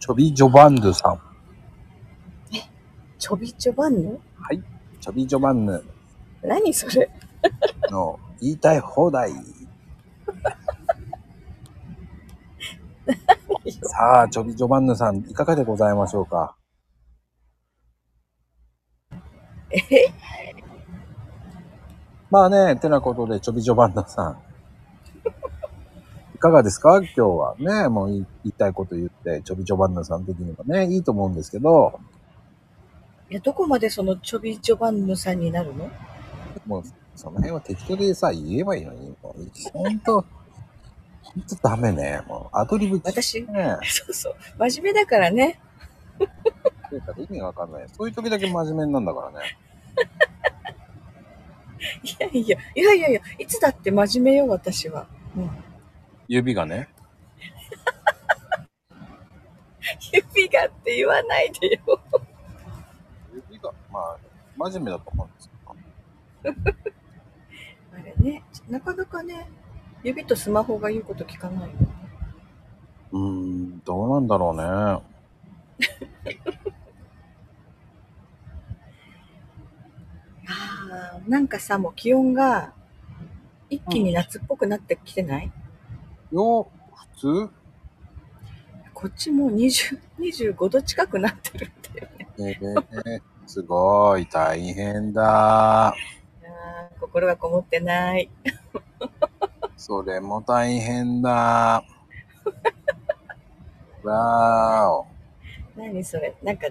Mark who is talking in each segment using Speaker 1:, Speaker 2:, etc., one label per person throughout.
Speaker 1: チョビ・ジョバンヌさん。
Speaker 2: ちょびちょばんの
Speaker 1: チョビ・ジョバンヌ
Speaker 2: 何それ
Speaker 1: の言いたい放題。さあ、チョビ・ジョバンヌさん、いかがでございましょうか
Speaker 2: え
Speaker 1: まあね、てなことで、チョビ・ジョバンヌさん。いかがですか今日はね、もう言い言いたいこと言って、チョビ・ジョバンヌさん的にもね、いいと思うんですけど、
Speaker 2: いや、どこまでそのちょびちょばんのさんになるの
Speaker 1: もう、その辺は適当でさ、言えばいいのに、もう、ほんと、ほんとダメね。もう、アドリブ聞
Speaker 2: 私
Speaker 1: いてね、
Speaker 2: そうそう。真面目だからね。
Speaker 1: っていうか意味がわかんない。そういう時だけ真面目になんだからね。
Speaker 2: いやいや、いやいやいや、いつだって真面目よ、私は。
Speaker 1: 指がね。
Speaker 2: 指がって言わないでよ。
Speaker 1: 指が、まあ、真面目だと思うんですけど。
Speaker 2: あれね、なかなかね、指とスマホが言うこと聞かないよ。
Speaker 1: うーん、どうなんだろうね。
Speaker 2: あーなんかさ、もう気温が一気に夏っぽくなってきてない、
Speaker 1: よ、普通
Speaker 2: こっちもう20 25度近くなってるんだよね。
Speaker 1: えー、すごい、大変だ。
Speaker 2: あー心がこもってない。
Speaker 1: それも大変だ。わ
Speaker 2: 何それなんか、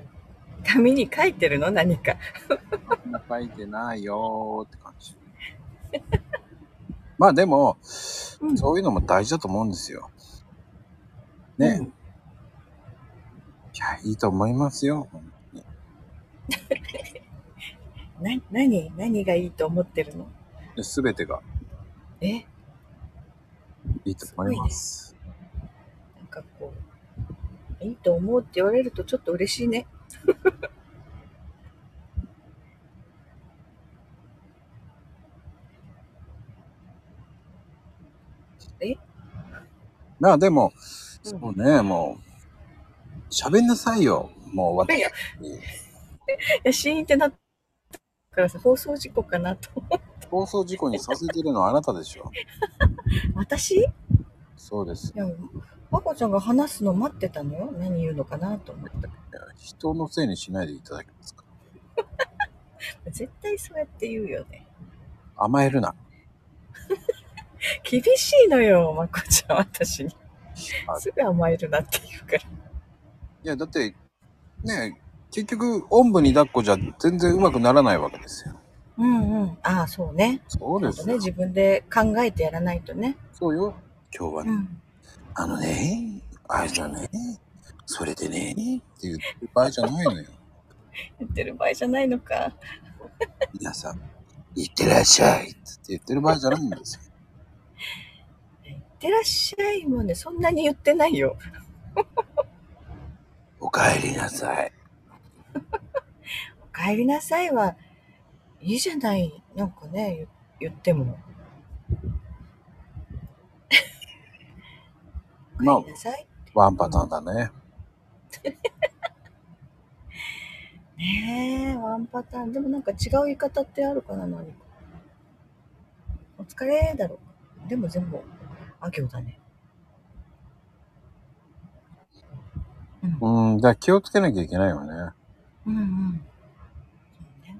Speaker 2: 紙に書いてるの何か。
Speaker 1: ーお。そんな書いてないよーって感じ。まあでも、
Speaker 2: うん
Speaker 1: そういうのも大事だと思うんですよ。ね、
Speaker 2: う
Speaker 1: い
Speaker 2: ん
Speaker 1: や、いいと思いますよ。本当に
Speaker 2: な、何何がいいと思ってるの
Speaker 1: で全てが
Speaker 2: え
Speaker 1: いいと思います。
Speaker 2: なんかこう、いいと思うって言われるとちょっと嬉しいね。
Speaker 1: まあでも、
Speaker 2: うん
Speaker 1: そうね、もう、喋んなさいよ。もう
Speaker 2: い
Speaker 1: 私
Speaker 2: や
Speaker 1: に。
Speaker 2: いや、シーンってなったからさ、放送事故かなと。
Speaker 1: 放送事故にさせてるのはあなたでしょ。
Speaker 2: 私い
Speaker 1: そうです。
Speaker 2: や、和子ちゃんが話すの待ってたのよ。何言うのかなと思ったか
Speaker 1: 人のせいにしないでいただけますか。
Speaker 2: ら。絶対そうやって言うよね。
Speaker 1: 甘えるな。
Speaker 2: 厳しいのよ、和子ちゃん、私に。
Speaker 1: あ
Speaker 2: すぐ甘えるなって言うから。
Speaker 1: いや、だって、ね結局、おんぶに抱っこじゃ全然うまくならないわけですよ。
Speaker 2: うんうん。ああ、そうね。
Speaker 1: そう
Speaker 2: ち
Speaker 1: で
Speaker 2: ゃんと
Speaker 1: す
Speaker 2: ね、
Speaker 1: よ。
Speaker 2: 自分で考えてやらないとね。
Speaker 1: そうよ。今日はね、
Speaker 2: うん。
Speaker 1: あのね、あれじゃね、それでね、っていう場合じゃないのよ。
Speaker 2: 言ってる場合じゃないのか。
Speaker 1: 皆さん、いってらっしゃいって言ってる場合じゃないんですよ。
Speaker 2: いってらっしゃいもね、そんなに言ってないよ。
Speaker 1: おかえりなさい。
Speaker 2: お帰りなさいは、いいじゃない。なんかね、言言っても。
Speaker 1: ま
Speaker 2: お
Speaker 1: あ
Speaker 2: 帰り、なさい。
Speaker 1: ワンパターンだね。
Speaker 2: ねえ、ワンパターン。でもなんか違う言い方ってあるかな、何か。お疲れだろう。でも全部、あ行だね。うん、うん
Speaker 1: うん、じゃあ気をつけなきゃいけないよね。、
Speaker 2: うん。そうね。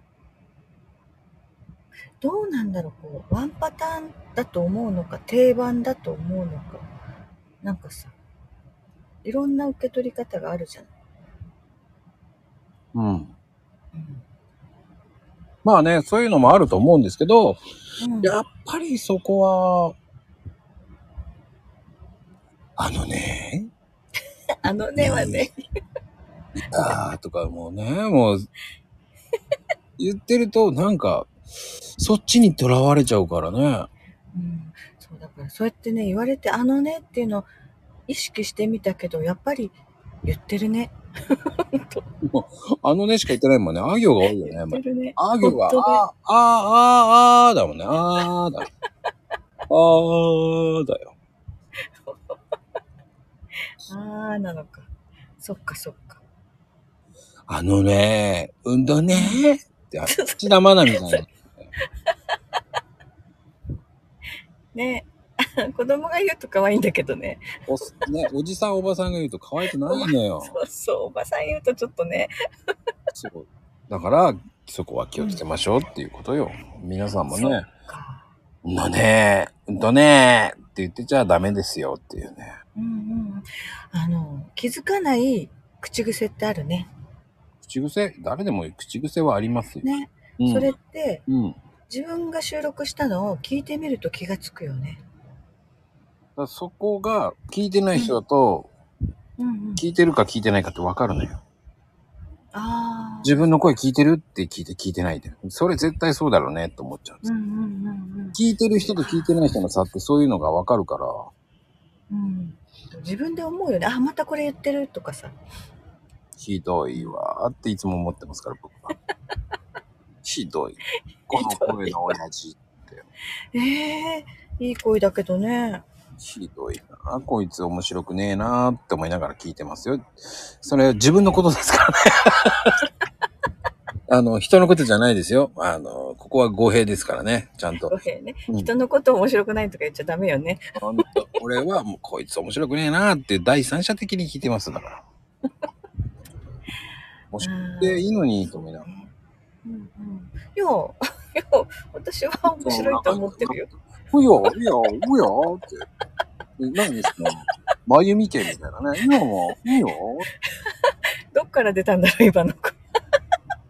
Speaker 2: どうなんだろう、こう、ワンパターンだと思うのか、定番だと思うのか。なんかさ、いろんな受け取り方があるじゃない。
Speaker 1: うん。
Speaker 2: うん
Speaker 1: まあね、そういうのもあると思うんですけど、
Speaker 2: うん、
Speaker 1: やっぱりそこは、あのね、
Speaker 2: あのねはね。
Speaker 1: あーとかもうね、もう、言ってるとなんか、そっちにとらわれちゃうからね。
Speaker 2: うん、そうだからそうやってね言われて「あのね」っていうのを意識してみたけどやっぱり言ってるね
Speaker 1: あのねしか言ってないもんね。あ行が多いよね。
Speaker 2: 言っ
Speaker 1: もう
Speaker 2: てるね
Speaker 1: あ行が、
Speaker 2: 本当ね
Speaker 1: あ、あ、あ、あ、だもんね。あーだ。あーだよ。
Speaker 2: あーなのかそっかそっか。
Speaker 1: あのね、うんだねーって、あ土田愛菜みたいな。
Speaker 2: ね 子供が言うと可愛いんだけどね。
Speaker 1: おすね、おじさんおばさんが言うと可愛くないのよ
Speaker 2: そ。うそう、おばさん言うとちょっとね。
Speaker 1: そう。だから、そこは気をつけましょうっていうことよ。皆さんもね、うんだねー、うんだねーって言ってちゃダメですよっていうね。
Speaker 2: うんうん。あの、気づかない口癖ってあるね。
Speaker 1: 口癖、誰でも口癖はありますよ。
Speaker 2: ね。
Speaker 1: うん、
Speaker 2: それって、
Speaker 1: うん。だか
Speaker 2: 自分が収録したのを聞いてみると気がつくよね。
Speaker 1: らそこが、聞いてない人だと、
Speaker 2: うんうん。
Speaker 1: 聞いてるか聞いてないかってわかるのよ。
Speaker 2: ああ。
Speaker 1: 自分の声聞いてるって聞いて聞いてないで。それ絶対そうだろうねって思っちゃうんで
Speaker 2: う
Speaker 1: す
Speaker 2: ん
Speaker 1: よ。
Speaker 2: うんうん
Speaker 1: 聞いてる人と聞いてない人の差ってそういうのがわかるから、
Speaker 2: うん。うん。自分で思うよね。あ、またこれ言ってるとかさ。
Speaker 1: ひどいわーっていつも思ってますから、僕は。ひどい。この声の親父。
Speaker 2: ええいい声だけどね。
Speaker 1: ひどいなー。こいつ面白くねえなーって思いながら聞いてますよ。それ自分のことですからね。 あの、人のことじゃないですよ。あの、ここは語弊ですからね。ちゃんと
Speaker 2: ご。めんね。
Speaker 1: うん
Speaker 2: 人のこと面白くないとか言っちゃダメよね。
Speaker 1: ほんと俺はもうこいつ面白くねえなーって第三者的に聞いてますだから。もしでいいのにと思いながら。
Speaker 2: うんうん。よう、よう、私は面白いと思ってるよ。
Speaker 1: うよ、うよ、うよって。何ですか真由美家みたいなね。今も、うよ。
Speaker 2: どっから出たんだろう、今の子。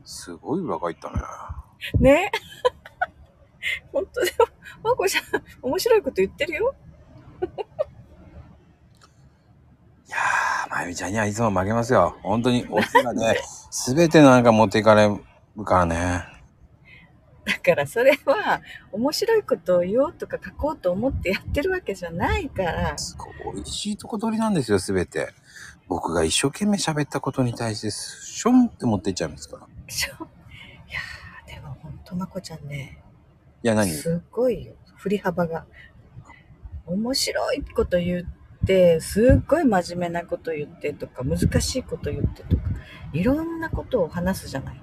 Speaker 1: すごい裏返ったね。
Speaker 2: ね。本当でも、まこちゃん、面白いこと言ってるよ。
Speaker 1: いやー、真由美ちゃんにはいつも負けますよ。本当に、お世話ね、すべてなんか持っていかれるからね。
Speaker 2: だからそれは、面白いことを言おうとか書こうと思ってやってるわけじゃないから。
Speaker 1: すごい、美味しいとこ取りなんですよ、すべて。僕が一生懸命喋ったことに対して、ションって持っていっちゃうんですから。い
Speaker 2: そういやー、でも本当まこちゃんね。
Speaker 1: や、何
Speaker 2: すごいよ振り幅が面白いこと言ってすっごい真面目なこと言ってとか難しいこと言ってとかいろんなことを話すじゃないい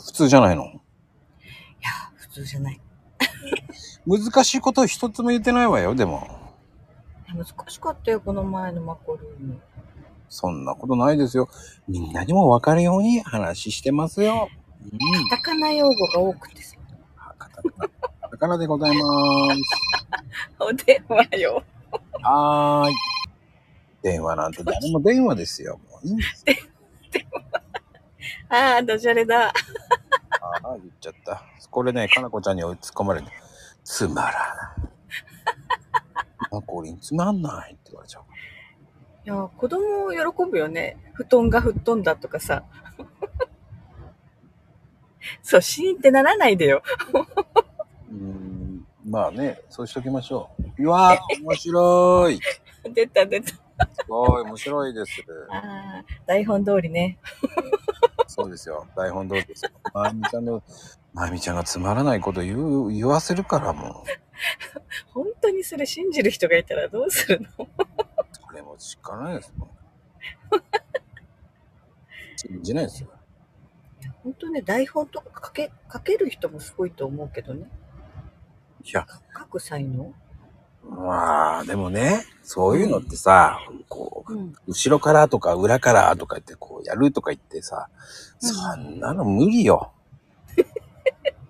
Speaker 1: 普通じゃないの
Speaker 2: やー普通じゃないい
Speaker 1: 難しいこと一つも言ってないわよ、でも。
Speaker 2: や難しかったよこの前のマコルーム
Speaker 1: そんなことないですよ。みんなにも分かるように話してますよ。うん。
Speaker 2: カタカナ用語が多くてさ
Speaker 1: カタカナ。カタカナでございます。
Speaker 2: お電話よ
Speaker 1: はーい。電話なんて誰も電話ですよ。もういいんですよ。
Speaker 2: ああダジャレだ
Speaker 1: ああ、言っちゃった。これね、かなこちゃんに追い突っ込まれて、つまらない。マコリンつまんないって言われちゃう。
Speaker 2: いやー子供喜ぶよね布団が吹っ飛んだとかさ そうシーンってならないでよ
Speaker 1: うーん。まあね、そうしときましょう。うわー、面白い。す
Speaker 2: 出た出た
Speaker 1: ごい、面白いです。
Speaker 2: ああ、台本通りね。
Speaker 1: そうですよ。台本通りですよ。まゆみちゃんの、まゆみちゃんがつまらないこと言う、言わせるからもう。
Speaker 2: 本当にそれ信じる人がいたらどうするの
Speaker 1: これもしかないですもん。信じないですよ。
Speaker 2: 本当ね、台本とか書け、書ける人もすごいと思うけどね。
Speaker 1: いや、
Speaker 2: 書く才能
Speaker 1: まあ、でもね、そういうのってさ、こう、
Speaker 2: ん。
Speaker 1: 後ろからとか裏からとか言って、こうやるとか言ってさ、
Speaker 2: うん
Speaker 1: そんなの無理 よ。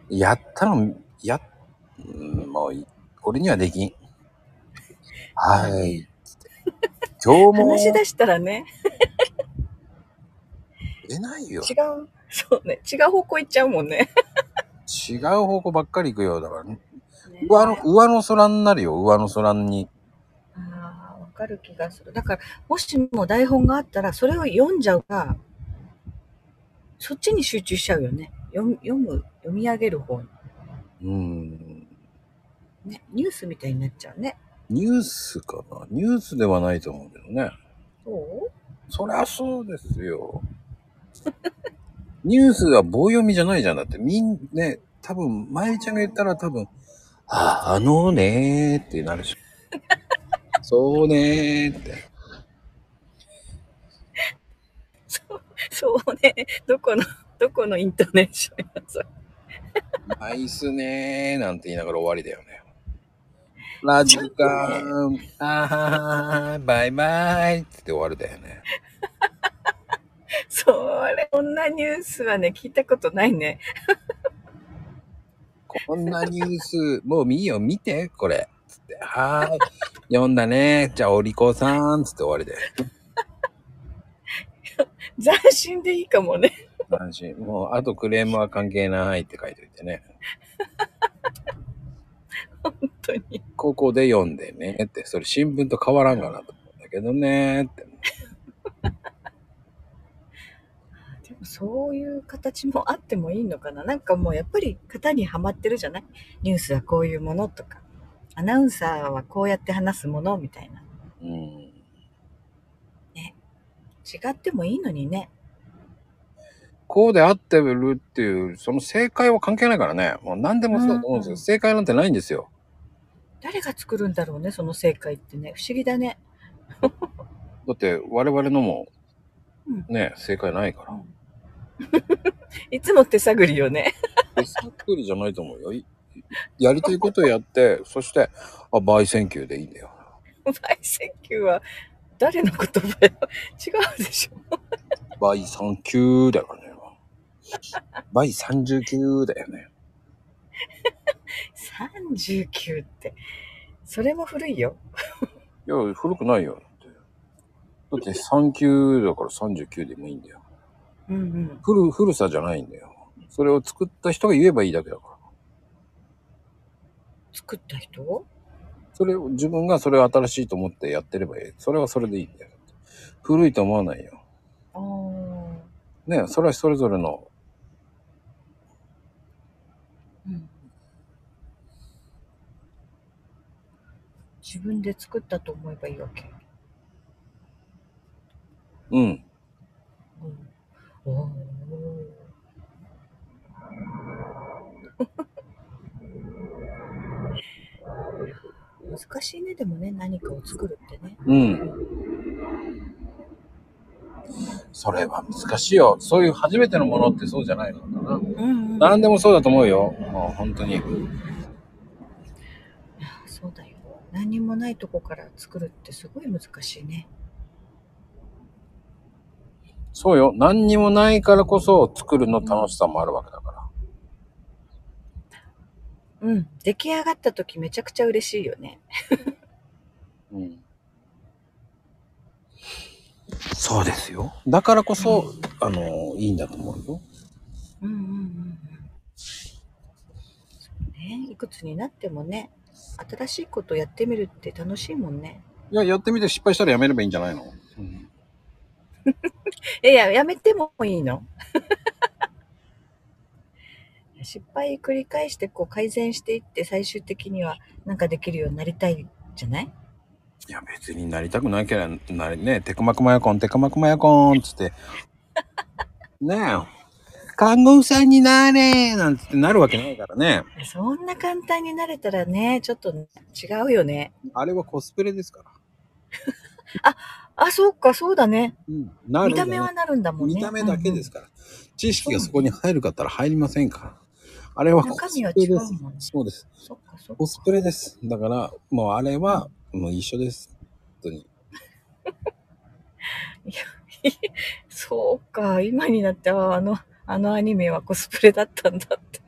Speaker 1: やったの、や、うんもうい、俺にはできん。 はい。つって今日も。
Speaker 2: 話し出したらね、
Speaker 1: 出ないよ。
Speaker 2: 違う、そうね、違う方向行っちゃうもんね。
Speaker 1: 違う方向ばっかり行くよ。だから、ね、上の、上の空になるよ。上の空に。
Speaker 2: ああ、わかる気がする。だから、もしも台本があったら、それを読んじゃうが、そっちに集中しちゃうよね。読む、読む、読み上げる方に。
Speaker 1: うん。
Speaker 2: ね、ニュースみたいになっちゃうね。
Speaker 1: ニュースかなニュースではないと思うけどね。
Speaker 2: そう
Speaker 1: そりゃそうですよ。 ニュースは棒読みじゃないじゃん。だって、みん、ね、多分、まゆみちゃんが言ったら多分、 あ、あのねーってなるでしょ。そうねーって。
Speaker 2: そうね。どこの、どこのイントネーションやそれ
Speaker 1: ナイスねーなんて言いながら終わりだよね。ラジカン、あははバイバイっつって終わるだよね。
Speaker 2: それ、こんなニュースはね、聞いたことないね。
Speaker 1: こんなニュース、もう見よ、見て、これ。つって、はーい。読んだね。じゃあ、お利口さん。つって終わりだよ。
Speaker 2: 斬新でいいかもね。
Speaker 1: 安心。もう、あとクレームは関係ないって書いといてね。
Speaker 2: 本当に。
Speaker 1: ここで読んでねって、それ新聞と変わらんかなと思うんだけどねって。
Speaker 2: でもそういう形もあってもいいのかな。なんかもうやっぱり型にはまってるじゃないニュースはこういうものとか、アナウンサーはこうやって話すものみたいな。
Speaker 1: うん。
Speaker 2: 違ってもいいのにね。
Speaker 1: こうであってるっていう、その正解は関係ないからね。もう何でもそうだと思うんです
Speaker 2: う
Speaker 1: よ。
Speaker 2: ん
Speaker 1: 正解なんてないんですよ。
Speaker 2: 誰が作るんだろうね、その正解ってね。不思議だね。
Speaker 1: だって、我々のも
Speaker 2: うん、
Speaker 1: ね、正解ないから。
Speaker 2: いつも手探りよね。
Speaker 1: 手作りじゃないと思うよ。いやりたいことをやって、そして、あ、焙煎球でいいんだよ。
Speaker 2: 焙煎球は誰の言葉よ。違うでしょ。
Speaker 1: 倍3級だからね。倍30級だよね。
Speaker 2: 39って。それも古いよ。
Speaker 1: いや、古くないよ。だって3級だから39でもいいんだよ。
Speaker 2: うんうん。
Speaker 1: 古、古さじゃないんだよ。それを作った人が言えばいいだけだから。
Speaker 2: 作った人
Speaker 1: それを、自分がそれを新しいと思ってやってればいい。それはそれでいいんだよ。古いと思わないよ。
Speaker 2: ああ。
Speaker 1: ねそれはそれぞれの、
Speaker 2: うん自分で作ったと思えばいいわけ。
Speaker 1: うん。
Speaker 2: うん、おー 難しいねでもね何かを作るってね。
Speaker 1: うん。それは難しいよ。そういう初めてのものってそうじゃないのかな。
Speaker 2: うん、うん、
Speaker 1: 何でもそうだと思うよ。もう本当に。
Speaker 2: そうだよ。何にもないとこから作るってすごい難しいね。
Speaker 1: そうよ。何にもないからこそ作るの楽しさもあるわけだから。
Speaker 2: うん出来上がった時めちゃくちゃ嬉しいよね。
Speaker 1: うん。そうですよ。だからこそ、あの、いいんだと思うよ。
Speaker 2: うんうんうんうんそうねいくつになってもね新しいことやってみるって楽しいもんね
Speaker 1: いや、やってみて失敗したらやめればいいんじゃないの、うん、
Speaker 2: いややめてもいいの 失敗繰り返してこう改善していって最終的にはなんかできるようになりたいじゃない
Speaker 1: いや、別になりたくないけりゃ、なりね、テクマクマヤコン、テクマクマヤコン、つ って。ねえ。看護婦さんになれなんつってなるわけないからね。
Speaker 2: そんな簡単になれたらねちょっと違うよね
Speaker 1: あれはコスプレですから。
Speaker 2: あそうかそうだね
Speaker 1: うん。なる
Speaker 2: 見た目はなるんだもんね
Speaker 1: 見た目だけです
Speaker 2: か
Speaker 1: から。知識がそこに入るかったら入りませんから。あれはコ
Speaker 2: 中
Speaker 1: ス
Speaker 2: 身は
Speaker 1: プレ
Speaker 2: 違う
Speaker 1: で
Speaker 2: も
Speaker 1: す。
Speaker 2: んね
Speaker 1: そうです。
Speaker 2: そっかそっか
Speaker 1: コスプレです。だから、もうあれは、もう一緒です。本当に。
Speaker 2: そうか、今になってはあの、あのアニメはコスプレだったんだって。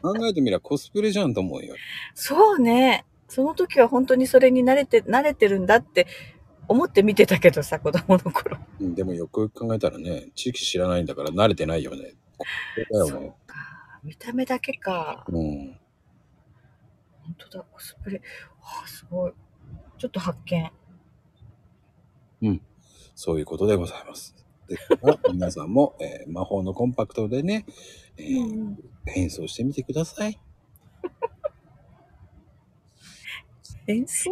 Speaker 1: 考えてみればコスプレじゃんと思うよ。
Speaker 2: そうね。その時は本当にそれに慣れて、慣れてるんだって思って見てたけどさ、子供の頃。
Speaker 1: うんでもよくよく考えたらね、知識知らないんだから慣れてないよね。コスプレだよね。
Speaker 2: 見た目だけか。
Speaker 1: うん。
Speaker 2: 本当だ、コスプレ。ああ、すごい。ちょっと発見。
Speaker 1: そういうことでございます。で皆さんも、えー魔法のコンパクトでね、えー変装してみてください。
Speaker 2: 演奏